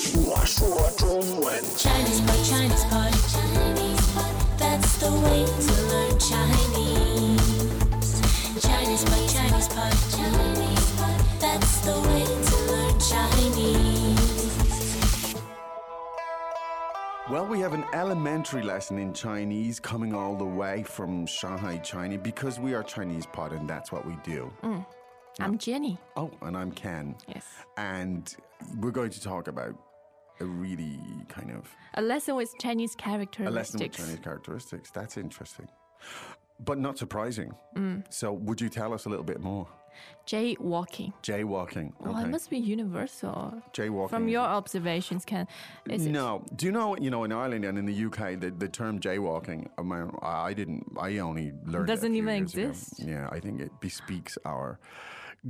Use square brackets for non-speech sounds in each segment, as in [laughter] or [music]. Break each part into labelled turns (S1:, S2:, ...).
S1: 说中文。
S2: Chinese pot, Chinese pot, Chinese pot. That's the way to learn Chinese. Chinese pot, Chinese pot, Chinese pot. That's the way to learn Chinese.
S1: Well, we have an elementary lesson in Chinese coming all the way from Shanghai, China, because we are Chinese pod and that's what we do.
S3: I'm Jenny.
S1: Oh, and I'm Ken.
S3: Mm. Yes.
S1: And we're going to talk about a really kind of
S3: A lesson with Chinese
S1: a lesson with
S3: characteristics.
S1: Chinese characteristics. That's interesting, but not surprising.
S3: Mm.
S1: So, would you tell us a little bit more?
S3: Jaywalking.
S1: Jaywalking.
S3: Well, it
S1: okay.
S3: must be universal.
S1: Jaywalking.
S3: From your observations, can is it?
S1: no, do you know? You know, in Ireland and in the UK, the, the term jaywalking. I, mean, I didn't. I only learned. it a
S3: Doesn't
S1: few
S3: even
S1: years ago.
S3: exist.
S1: Yeah, I think it bespeaks our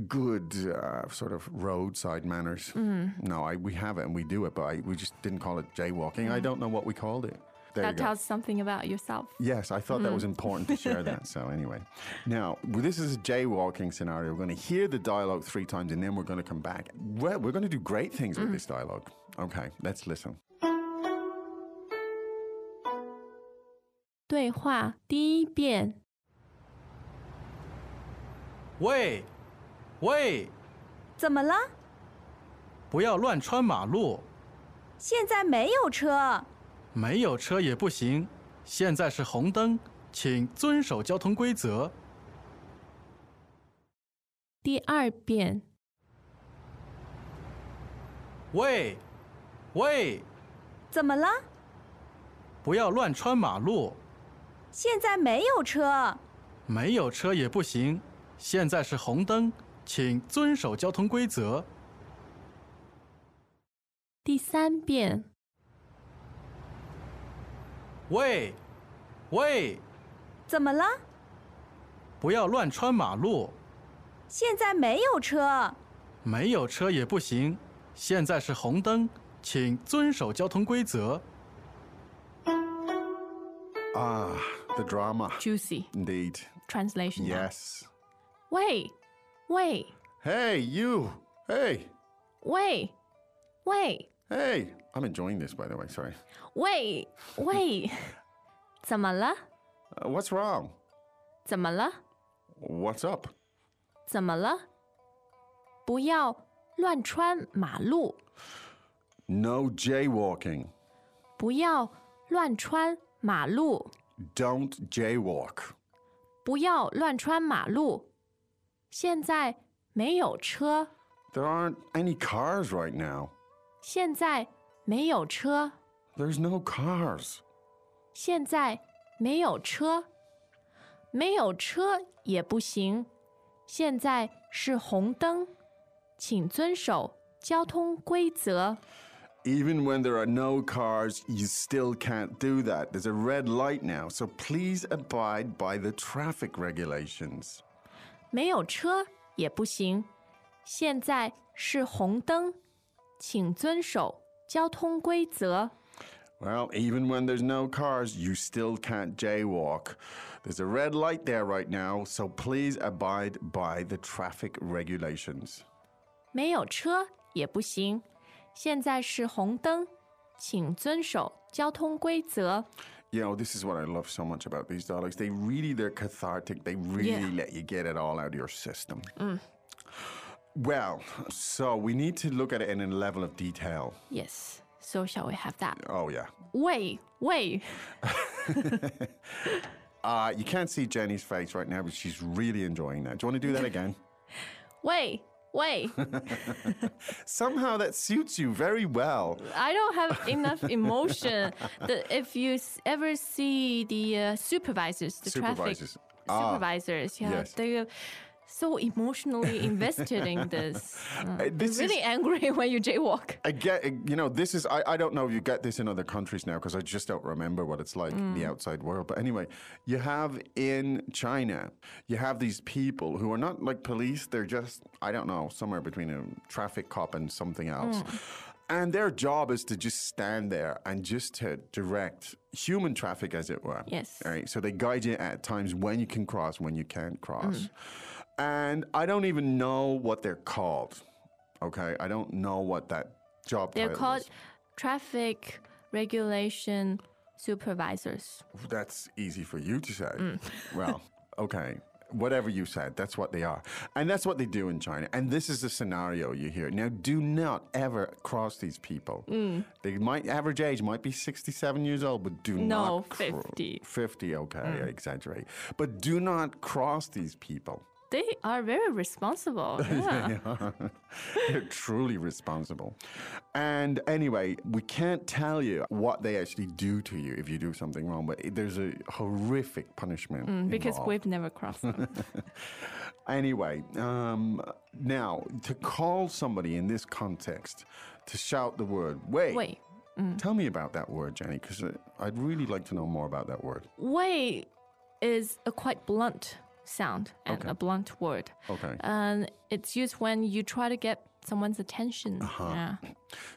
S1: good uh, sort of roadside manners.
S3: Mm-hmm.
S1: No, I, we have it and we do it, but I, we just didn't call it jaywalking. I don't know what we called it. There you
S3: Mm. that
S1: go.
S3: tells Mm. something about yourself.
S1: Yes, I thought that was important to share that. So, anyway, now well, this is a jaywalking scenario. We're going to hear the dialogue three times and then we're going to come back. Well, we're going to do great things with
S3: Mm-hmm.
S1: this dialogue. Okay, let's listen.
S3: 对话第一遍，
S4: 喂，喂，
S5: 怎么了？
S4: 不要乱穿马路，
S5: 现在没有车。
S4: 没有车也不行。现在是红灯，请遵守交通规则。
S3: 第二遍，
S4: 喂，喂，
S5: 怎么了？
S4: 不要乱穿马路，
S5: 现在没有车。
S4: 没有车也不行。现在是红灯，请遵守交通规则。
S3: 第三遍，
S4: 喂，喂，
S5: 怎么了？
S4: 不要乱穿马路，
S5: 现在没有车。
S4: 没有车也不行。现在是红灯，请遵守交通规则。
S1: Ah, the drama.
S3: juicy
S1: Indeed.
S3: translation. now.
S1: Yes.
S3: Wait, wait,
S1: Hey, you. Hey,
S3: wait, wait,
S1: hey. I'm enjoying this, by the way. Sorry.
S3: wait, wait. [laughs] 怎么了？
S1: Uh, what's wrong?
S3: 怎么了？
S1: What's up?
S3: 怎么了？不要乱穿马路！
S1: No jaywalking.
S3: 不要乱穿马路！
S1: Don't jaywalk.
S3: 不要乱穿马路！现在没有车，
S1: There aren't any cars right now.
S3: 现在没有车，
S1: There's no cars.
S3: 现在没有车，没有车也不行。现在是红灯，请遵守交通规则。
S1: Even when there are no cars, you still can't do that. There's a red light now, so please abide by the traffic regulations.
S3: 没有车也不行。现在是红灯，请遵守交通规则。
S1: Well, even when there's no cars, you still can't jaywalk. There's a red light there right now, so please abide by the traffic regulations.
S3: 没有车也不行。现在是红灯，请遵守交通规则。
S1: You know, this is what I love so much about these dialogues. They really, they're cathartic. They really let you get it all out of your system. Well, so we need to look at it in a level of detail.
S3: Yes. So shall we have that?
S1: Oh, yeah.
S3: Wait, wait.
S1: Uh, you can't see Jenny's face right now, but she's really enjoying that. Do you want to do that again?
S3: Wait, wait.
S1: Somehow that suits you very well.
S3: I don't have enough emotion. The, if you s- ever see the uh, supervisors, the
S1: Supervisors.
S3: traffic
S1: Ah,
S3: supervisors, yeah,
S1: yes.
S3: they are so emotionally invested in
S1: [laughs]
S3: this. Uh,
S1: Uh,
S3: they're
S1: this
S3: really
S1: is-
S3: angry when you jaywalk.
S1: I get, you know, this is, I, I don't know if you get this in other countries now because I just don't remember what it's like in the outside world. But anyway, you have in China, you have these people who are not like police, they're just, I don't know, somewhere between a traffic cop and something else. And their job is to just stand there and just to direct human traffic, as it were.
S3: Yes.
S1: All right. So they guide you at times when you can cross, when you can't cross. And I don't even know what they're called. Okay, I don't know what that job
S3: They're
S1: title
S3: called
S1: is.
S3: traffic regulation supervisors.
S1: That's easy for you to say.
S3: Mm.
S1: [laughs] Well, okay. Whatever you said, that's what they are. And that's what they do in China. And this is the scenario you hear. Now, do not ever cross these people.
S3: Mm.
S1: They might, average age might be 67 years old, but do
S3: No, Mm.
S1: not. cro-
S3: 50.
S1: 50, okay, I exaggerate. But do not cross these people.
S3: They are very
S1: [laughs]
S3: responsible. yeah.
S1: They're truly responsible. And anyway, we can't tell you what they actually do to you if you do something wrong, but it- there's a horrific punishment.
S3: Mm, Because
S1: involved.
S3: we've never
S1: [laughs]
S3: crossed them.
S1: Anyway, um, now to call somebody in this context to shout the word wait.
S3: Wait, mm.
S1: Tell me about that word, Jenny, because I'd really like to know more about that word.
S3: wait is a quite blunt sound and a blunt word.
S1: Okay.
S3: And it's used when you try to get someone's attention.
S1: Uh-huh.
S3: Yeah.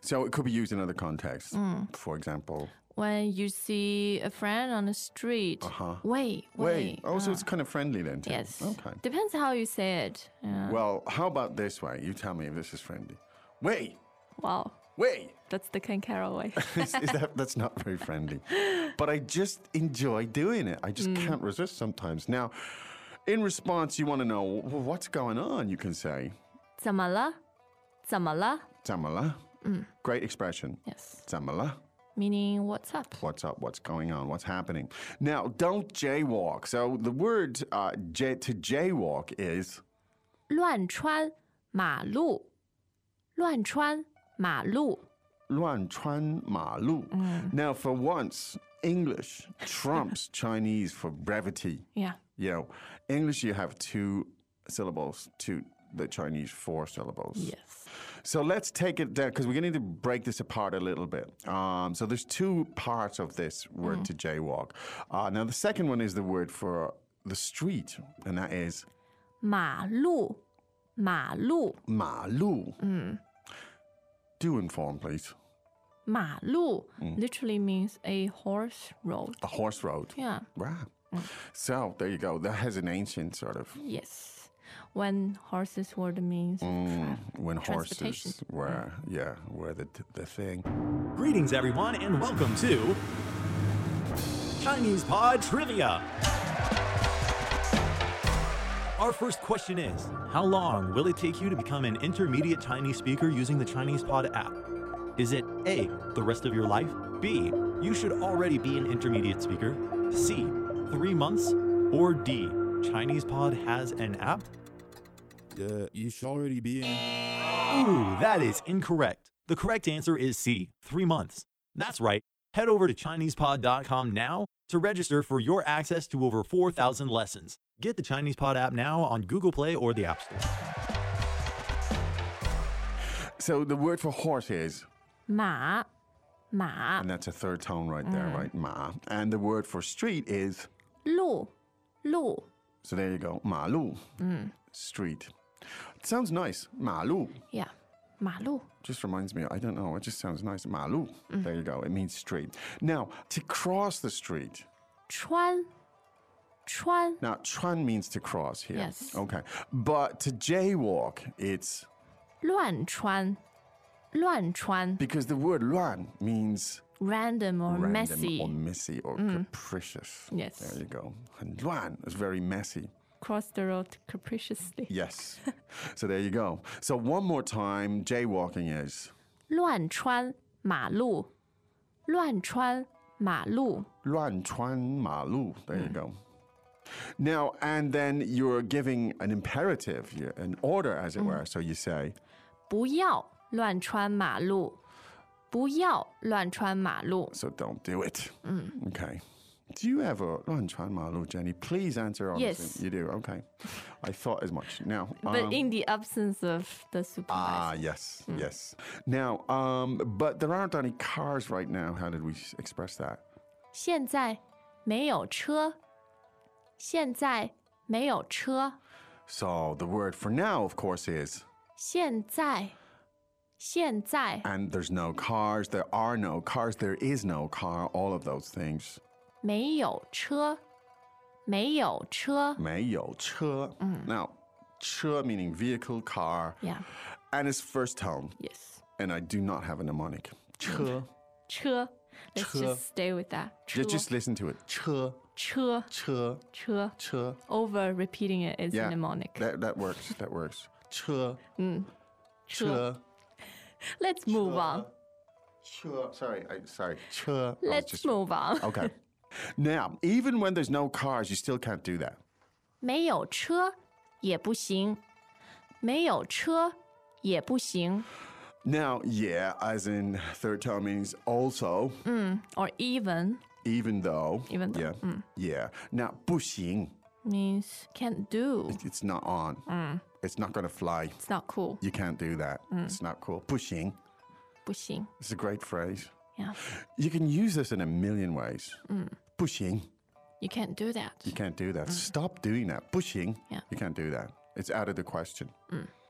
S1: So it could be used in other contexts.
S3: Mm.
S1: For example,
S3: When you see a friend on the street, wait, wait.
S1: Uh-huh.
S3: Uh,
S1: wait. Oh, so it's kind of friendly then, too.
S3: Yes.
S1: Okay.
S3: Depends how you say it. Yeah.
S1: Well, how about this way? You tell me if this is friendly. Wait,
S3: Wow.
S1: wait. [laughs]
S3: That's the Ken Carroll way.
S1: is, is that, that's not very friendly. But I just enjoy doing it. I just can't resist sometimes. Now, in response, you want to know "Wh- wh- what's going on, you can say,
S3: 怎么了？怎么了？
S1: Tamala. Great expression.
S3: Yes.
S1: Tamala.
S3: Meaning what's up?
S1: What's up? What's going on? What's happening? Now, don't jaywalk. So the word uh, j- to jaywalk is
S3: 乱穿马路，乱穿马路。
S1: 乱穿马路. Now, for once, English trumps Chinese for brevity.
S3: Yeah.
S1: You know, English, you have two syllables to the Chinese four syllables.
S3: Yes.
S1: So let's take it down because we're going to break this apart a little bit. Um, so there's two parts of this word to jaywalk. Uh, now, the second one is the word for the street, and that is
S3: 马路，马路，马路。
S1: malu. Do inform, please.
S3: literally means a horse road.
S1: A horse road.
S3: Yeah.
S1: Wow. So there you go. That has an ancient sort of
S3: Yes. When horses were the means.
S1: when
S3: Transportation.
S1: horses were yeah were the the thing.
S6: Greetings, everyone, and welcome to Chinese Pod Trivia. Our first question is How long will it take you to become an intermediate Chinese speaker using the Chinese Pod app? Is it A, the rest of your life? B, you should already be an intermediate speaker? C, three months? Or D, Chinese Pod has an app?
S7: Uh, you should already be in.
S6: Ooh, that is incorrect. The correct answer is C, three months. That's right. Head over to ChinesePod.com now to register for your access to over 4,000 lessons. Get the Chinese Pod app now on Google Play or the App Store.
S1: So the word for horse is,
S3: 马，马，Ah.
S1: and that's a third tone right there, right? Ma. And the word for street is,
S3: 路，路。
S1: so there you go, malu, street. It sounds nice, malu.
S3: Yeah. 马路。
S1: Just reminds me, I don't know, it just sounds nice, malu. There you go, it means street. Now, to cross the street,
S3: 穿，穿
S1: now, chuan means to cross here.
S3: Yes.
S1: Okay. But to jaywalk, it's
S3: 乱穿，乱穿
S1: because the word luan means
S3: ，random or
S1: random
S3: messy Mm.
S1: or messy or capricious.
S3: Yes.
S1: There you go. And Luan is very messy.
S3: cross the road capriciously，
S1: Yes. [laughs] so there you go. So one more time, jaywalking is
S3: [laughs] 乱穿马路，乱穿马路，
S1: Luan Chuan Ma Lu. There
S3: Mm.
S1: you go. Now, and then you're giving an imperative, you- an order, as
S3: Mm.
S1: it were. So you say,
S3: 不要乱穿马路，不要乱穿马路。
S1: so don't do it.
S3: Mm.
S1: Okay. Do you ever, Luan Chuan Ma Lu, Jenny, please answer honestly.
S3: Yes.
S1: You do, okay. I thought as much. Now, um,
S3: [laughs] But in Mm. the absence of the
S1: Ah,
S3: supervisor，
S1: yes, yes. Now, um, but there aren't any cars right now. How did we s- express that?
S3: 现在没有车，现在没有车，
S1: So the word for now, of course, is,
S3: 现在，现在
S1: and there's no cars, there are no cars, there is no car, all of those things.
S3: 没有车，没有车。
S1: 没有车. Now, 车 meaning vehicle, car,
S3: Mm. Yeah.
S1: and it's first tone,
S3: Yes.
S1: and I do not have a mnemonic.
S3: Mm.
S4: 车
S3: 车，Let's
S4: 车
S3: just stay with that.
S1: Yeah,
S3: 车
S1: just listen to it.
S4: 车
S3: 车
S4: 车
S3: 车
S4: 车
S3: ，over repeating it is
S1: Yeah,
S3: mnemonic.
S1: That that works. That works.
S4: 车
S3: 车，Let's move on.
S1: Sure. Sorry. I, sorry.
S4: 车
S3: Let's
S1: just-
S3: move
S1: [laughs]
S3: on. [laughs]
S1: Okay. now, even when there's no cars, you still can't do that.
S3: 没有车也不行，没有车也不行。
S1: Now, yeah, as in third time means also,
S3: Or even
S1: even though.
S3: Mm. Even though, mm.
S1: Yeah. Yeah. Now, 不行,
S3: means can't do.
S1: it's not on.
S3: Mm.
S1: It's not going to fly.
S3: It's not cool.
S1: You can't do that.
S3: Mm.
S1: It's not cool. 不行.
S3: 不行。
S1: It's a great phrase.
S3: Yeah, Mm.
S1: You can use this in a million ways. 不行.
S3: you can't do that.
S1: You can't do that. Stop doing that. Pushing.
S3: Yeah. Mm.
S1: You can't do that. It's out of the question.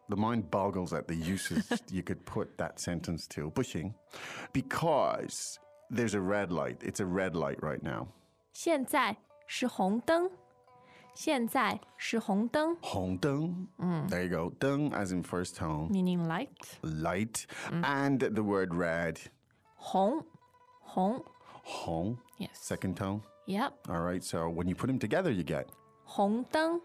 S1: The mind boggles at the uses
S3: [laughs]
S1: you could put that sentence to. Pushing. Because there's a red light. It's a red light right now.
S3: 现在是红灯，现在是红灯
S1: Hong dung.
S3: Mm.
S1: There you go. Dung as in first tone.
S3: ，meaning light，
S1: Light.
S3: Mm.
S1: And the word red.
S3: 红，红
S1: Hong.
S3: ，yes，
S1: Second tone.
S3: yep，
S1: All right. So when you put them together, you get
S3: 红灯，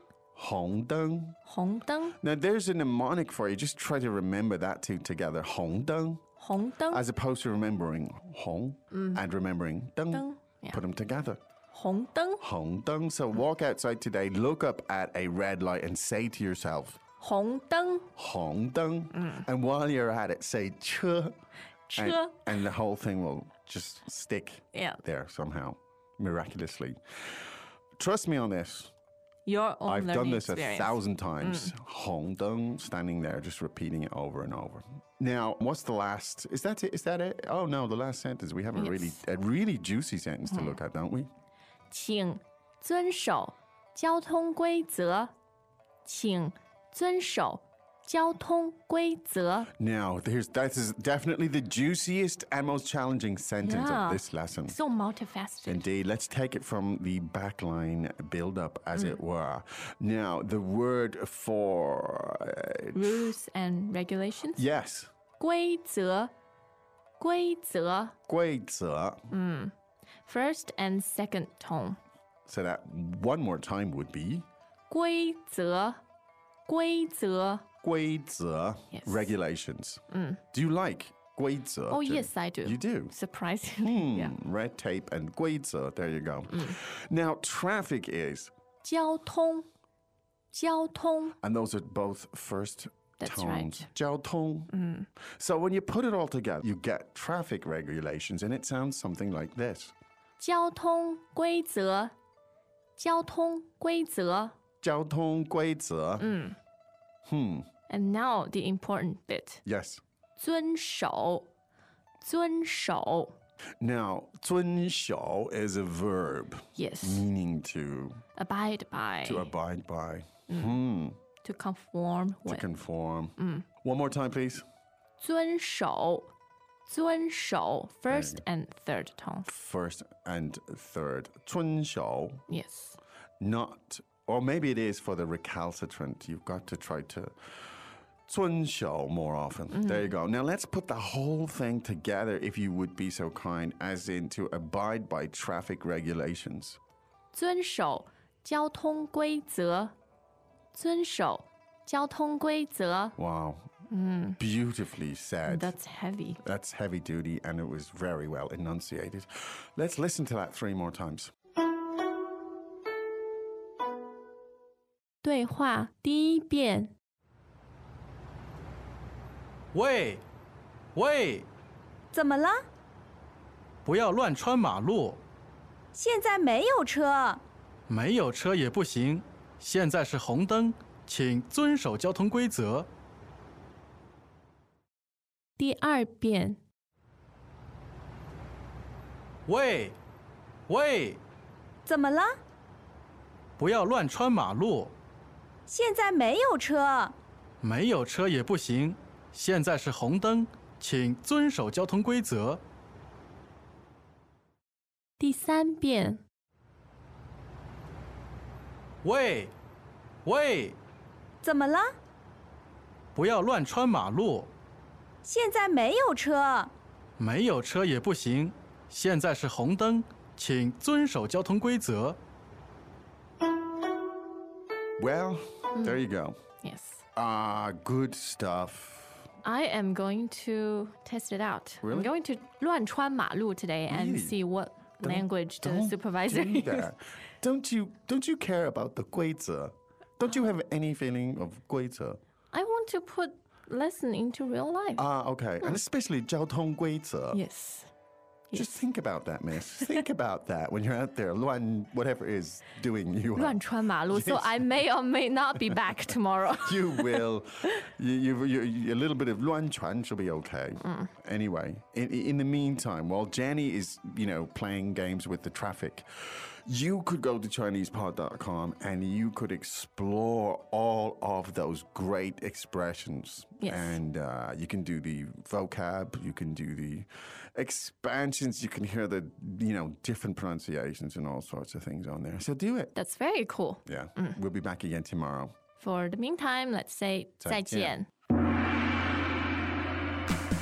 S1: Hong dung.
S3: 红灯，
S1: Now there's a mnemonic for you. Just try to remember that two together. Hong dung.
S3: 红灯，
S1: as opposed to remembering Hong and remembering Dung.
S3: Dung, Mm-hmm. yeah.
S1: Put them together.
S3: 红灯，
S1: Hong Dung. So walk outside today, look up at a red light and say to yourself,
S3: 红灯，
S1: Hong Dung.
S3: Mm.
S1: And while you're at it, say Chu.
S3: 车
S1: And, and the whole thing will just stick
S3: Yeah.
S1: there somehow, miraculously. Trust me on this.
S3: your own
S1: I've done
S3: learning
S1: this
S3: experience. Mm.
S1: a thousand times. Hong Dung, standing there, just repeating it over and over. Now, what's the last? Is that it? Is that it? Oh no, the last sentence. We have a really, a really juicy sentence
S3: Hmm.
S1: to look at, don't we?
S3: 请遵守交通规则，请遵守交通规则。
S1: Now, there's that is definitely the juiciest and most challenging sentence
S3: Yeah.
S1: of this lesson.
S3: So multifaceted.
S1: Indeed, let's take it from the backline build-up, as
S3: Hmm.
S1: it were. Now, the word for uh,
S3: Rules and regulations.
S1: yes,
S3: 规则，规则。
S1: 规则.
S3: First and second tone.
S1: So that one more time would be
S3: 规则，规则。
S1: 规则
S3: Yes. Mm.
S1: regulations. Do you like 规则?
S3: Oh
S1: Jen?
S3: yes, I do.
S1: You do.
S3: Surprisingly, yeah. Mm.
S1: Hmm, Red tape and 规则. There you go. Now traffic is,
S3: 交通，交通。
S1: and those are both first
S3: That's right. Mm.
S1: tones. 交通. So when you put it all together, you get traffic regulations, and it sounds something like this.
S3: 交通规则，交通规则。
S1: 交通规则.
S3: Mm.
S1: Hmm.
S3: And now the important bit.
S1: Yes.
S3: 遵守，遵守。
S1: Now 遵守 is a verb
S3: Yes,
S1: meaning to
S3: abide by.
S1: to abide by.
S3: Mm.
S1: Hmm.
S3: to conform
S1: to
S3: with.
S1: conform. One more time, please.
S3: 遵守，遵守。First and third tone.
S1: First and third. 遵守,
S3: Yes.
S1: not, or maybe it is for the recalcitrant. You've got to try to 遵守 more often. There you go. Now let's put the whole thing together, if you would be so kind, as in to abide by traffic regulations.
S3: 遵守交通规则，遵守交通规则。
S1: Wow. Beautifully said.
S3: That's heavy.
S1: That's heavy duty, and it was very well enunciated. Let's listen to that three more times.
S3: 对话第一遍，
S4: 喂，喂，
S5: 怎么了？
S4: 不要乱穿马路，
S5: 现在没有车，
S4: 没有车也不行。现在是红灯，请遵守交通规则。
S3: 第二遍，
S4: 喂，喂，
S5: 怎么了？
S4: 不要乱穿马路，
S5: 现在没有车，
S4: 没有车也不行。现在是红灯，请遵守交通规则。
S3: 第三遍，
S4: 喂，喂，
S5: 怎么了？
S4: 不要乱穿马路，
S5: 现在没有车，
S4: 没有车也不行。现在是红灯，请遵守交通规则。
S1: Well, there you go.
S3: Yes.
S1: Ah, good stuff.
S3: I am going to test it out. I'm
S1: Really?
S3: going to 乱穿马路 today and
S1: Really?
S3: see what language the
S1: Don't
S3: supervisor
S1: do
S3: used. [laughs]
S1: that. Don't you don't you care about the guizi? Don't you have any feeling of guizi?
S3: I want to put lesson into real life.
S1: Ah, okay.
S3: Mm.
S1: And especially 交通规则.
S3: yes.
S1: Just think about that, miss. think about that when you're out there, luan, whatever is doing you. are.
S3: 乱穿马路. So I may or may
S1: [laughs]
S3: not be back tomorrow. [laughs]
S1: You will. you, you, you, you- a little bit of luan chuan should be okay. Anyway, in, in the meantime, while Jenny is, you know, playing games with the traffic, you could go to ChinesePod.com and you could explore all of those great expressions.
S3: Yes.
S1: And uh, you can do the vocab, you can do the expansions, you can hear the, you know, different pronunciations and all sorts of things on there. So do it.
S3: That's very cool.
S1: Yeah. We'll be back again tomorrow.
S3: For the meantime, let's say
S1: [laughs] 再见。
S3: 再见.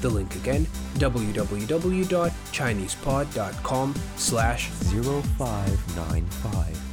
S8: The link again, www.chinesepod.com slash
S9: 0595.